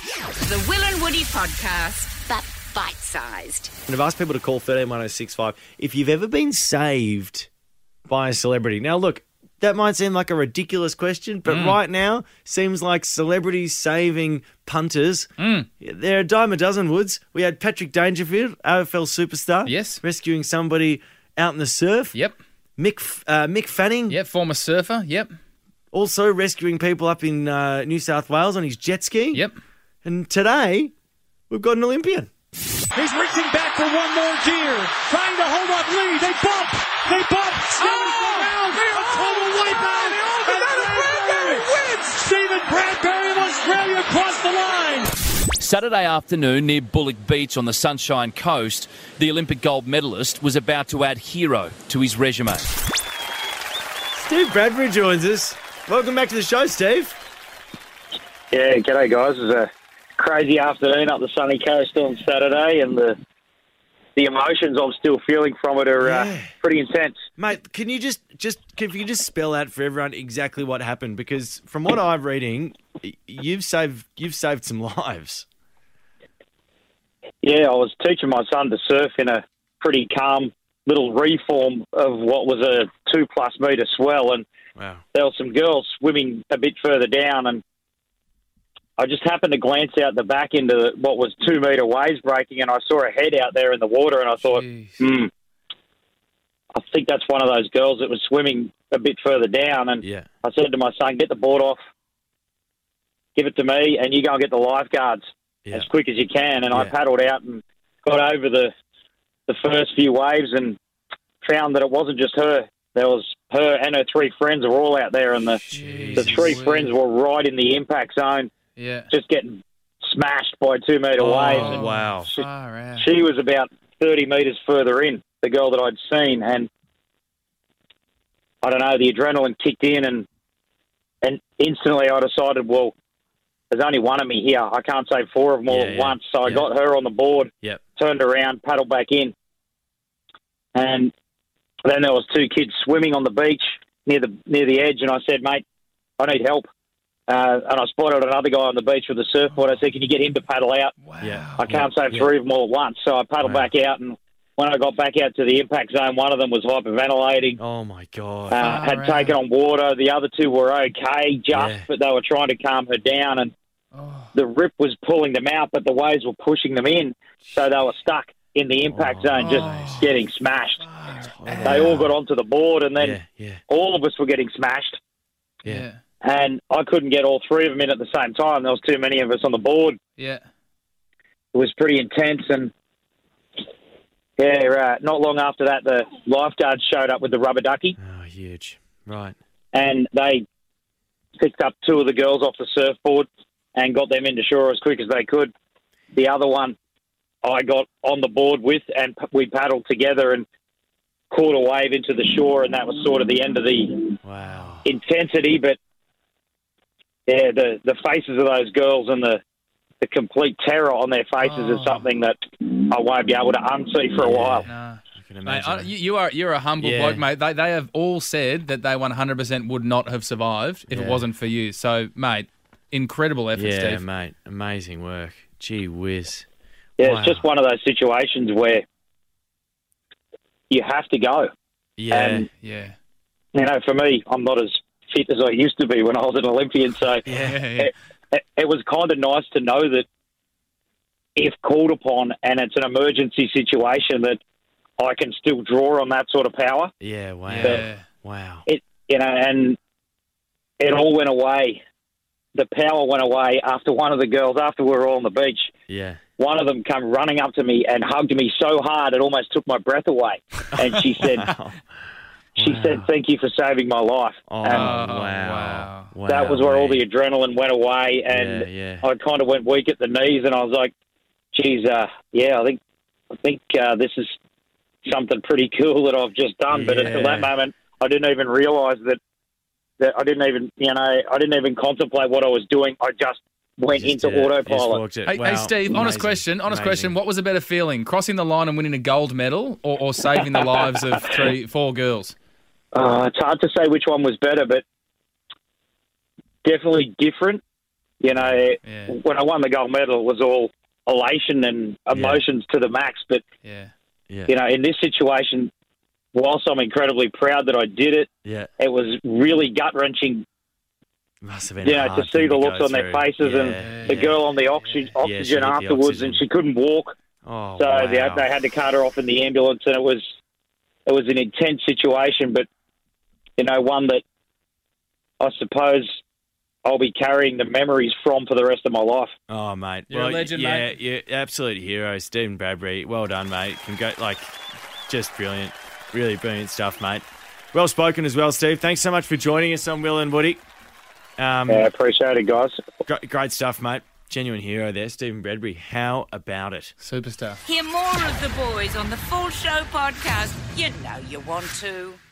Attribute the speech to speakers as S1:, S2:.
S1: The Will and Woody Podcast, but bite sized.
S2: And I've asked people to call 131065 if you've ever been saved by a celebrity. Now, look, that might seem like a ridiculous question, but
S3: Mm.
S2: right now seems like celebrities saving punters.
S3: Mm.
S2: They're a dime a dozen, Woods. We had Patrick Dangerfield, AFL superstar.
S3: Yes.
S2: Rescuing somebody out in the surf.
S3: Yep.
S2: Mick, F- uh, Mick Fanning
S3: Yep. Former surfer. Yep.
S2: also rescuing people up in uh, New South Wales on his jet ski.
S3: Yep.
S2: And today, we've got an Olympian.
S4: He's reaching back for one more deer, trying to hold up Lee. They bump. They bump. Stephen Brown, a total wipeout. And Bradbury wins. Stephen Bradbury of Australia across the line.
S5: Saturday afternoon near Bullock Beach on the Sunshine Coast, the Olympic gold medalist was about to add hero to his resume.
S2: Steve Bradbury joins us. Welcome back to the show, Steve.
S6: Yeah, g'day guys. It was a crazy afternoon up the sunny coast on Saturday, and the the emotions I'm still feeling from it are
S2: Yeah.
S6: uh, pretty intense.
S2: Mate, can you just just can you just spell out for everyone exactly what happened? Because from what I'm reading, y- you've saved you've saved some lives.
S6: Yeah, I was teaching my son to surf in a pretty calm little reform of what was a two plus metre swell, and
S2: Wow.
S6: there were some girls swimming a bit further down, and I just happened to glance out the back into the, what was two metre waves breaking, and I saw a head out there in the water, and I thought, hmm, I think that's one of those girls that was swimming a bit further down, and
S2: Yeah.
S6: I said to my son, get the board off, give it to me, and you go and get the lifeguards
S2: Yeah.
S6: as quick as you can. And I
S2: Yeah.
S6: paddled out and got over the the first few waves and found that it wasn't just her. There was her and her three friends were all out there, and the the
S3: Jesus
S6: three
S3: word.
S6: friends were right in the impact zone,
S3: Yeah.
S6: just getting smashed by two metre waves.
S2: Oh,
S6: And
S2: wow.
S3: Far out.
S6: she was about 30 metres further in, the girl that I'd seen. And I don't know, the adrenaline kicked in, and, and instantly I decided, well, there's only one of me here. I can't save four of them all
S2: Yeah,
S6: at
S2: yeah,
S6: once. So I
S2: yeah.
S6: got her on the board,
S2: Yep.
S6: turned around, paddled back in. And then there was two kids swimming on the beach near the near the edge, and I said, "Mate, I need help." Uh, and I spotted another guy on the beach with a surfboard. I said, "Can you get him to paddle out?"
S3: Wow.
S2: Yeah.
S6: I can't save three of them all at once, so I paddled
S2: Wow.
S6: back out, and when I got back out to the impact zone, one of them was hyperventilating,
S2: Oh my god.
S6: uh, had
S3: far
S6: taken on water. The other two were okay, just,
S2: Yeah.
S6: but they were trying to calm her down, and
S3: Oh.
S6: the rip was pulling them out, but the waves were pushing them in, so they were stuck in the impact
S2: Oh,
S6: zone, just
S3: nice.
S6: getting smashed.
S3: Far out.
S6: They all got onto the board, and then
S2: yeah, yeah,
S6: all of us were getting smashed,
S2: yeah.
S3: Yeah.
S6: and I couldn't get all three of them in at the same time. There was too many of us on the board.
S3: Yeah.
S6: it was pretty intense and yeah, right. Not long after that, the lifeguards showed up with the rubber ducky
S2: Oh, huge. Right.
S6: and they picked up two of the girls off the surfboard and got them into shore as quick as they could. The other one I got on the board with and p- we paddled together and caught a wave into the shore and that was sort of the end of the
S2: Wow.
S6: intensity. But yeah, the, the faces of those girls and the, the complete terror on their faces is
S3: Oh.
S6: something that I won't be able to unsee for a while.
S3: Nah.
S2: I can
S3: Mate,
S2: imagine.
S3: I, you, you are you're a humble
S2: Yeah.
S3: bloke, mate. They, they have all said that they 100% would not have survived if
S2: Yeah.
S3: it wasn't for you. So, mate, incredible effort,
S2: yeah,
S3: Steve.
S2: mate. Amazing work. Gee whiz.
S6: Yeah,
S2: Wow.
S6: it's just one of those situations where you have to go.
S2: Yeah.
S6: And
S3: Yeah.
S6: you know, for me, I'm not as fit as I used to be when I was an Olympian, so
S3: Yeah. yeah.
S6: it, it, it was kind of nice to know that if called upon and it's an emergency situation, that I can still draw on that sort of power.
S2: yeah, wow.
S3: Yeah.
S2: Wow.
S6: you know, and it all went away. The power went away after one of the girls, after we were all on the beach,
S2: Yeah.
S6: one of them come running up to me and hugged me so hard it almost took my breath away. And she said,
S2: Wow.
S6: she said, thank you for saving my life.
S2: Oh,
S6: and
S2: wow.
S3: wow.
S2: wow.
S6: that was where all the
S2: mate.
S6: adrenaline went away. And
S2: yeah, yeah.
S6: I kind of went weak at the knees and I was like, geez, uh, yeah, I think, I think, uh, this is something pretty cool that I've just done. But until
S2: Yeah.
S6: that moment, I didn't even realize that, that I didn't even, you know, I didn't even contemplate what I was doing. I just went
S2: Just
S6: into
S2: did it. Just
S6: autopilot.
S2: walked it.
S3: Hey,
S2: Wow.
S3: hey, Steve, honest
S2: Amazing.
S3: question. Honest
S2: Amazing.
S3: question. What was a better feeling, crossing the line and winning a gold medal or, or saving the lives of three, four girls?
S6: Uh, it's hard to say which one was better, but definitely different. You know,
S3: Yeah.
S6: when I won the gold medal, it was all elation and emotions to the max. But
S3: Yeah.
S6: you know, in this situation, whilst I'm incredibly proud that I did it,
S2: Yeah.
S6: it was really gut wrenching.
S2: Must have been
S6: You know,
S2: hard
S6: to see the
S2: go
S6: looks on their
S2: through.
S6: faces
S2: yeah.
S6: and the girl on the oxy-
S2: she
S6: oxygen
S2: did the
S6: afterwards,
S2: oxygen.
S6: and she couldn't walk,
S2: Oh,
S6: so
S2: wow.
S6: they, they had to cart her off in the ambulance, and it was it was an intense situation, but you know, one that I suppose I'll be carrying the memories from for the rest of my life.
S2: Oh, mate.
S3: You're a
S2: well,
S3: legend,
S2: yeah,
S3: mate.
S2: you're absolute hero, Stephen Bradbury. Well done, mate. Can go like just brilliant, really brilliant stuff, mate. Well spoken as well, Steve. Thanks so much for joining us on Will and Woody. Um,
S6: Yeah, I Uh, appreciate it, guys.
S2: gr- great stuff, mate. Genuine hero there, Stephen Bradbury. How about it?
S3: Superstar.
S1: Hear more of the boys on the full show podcast. You know you want to.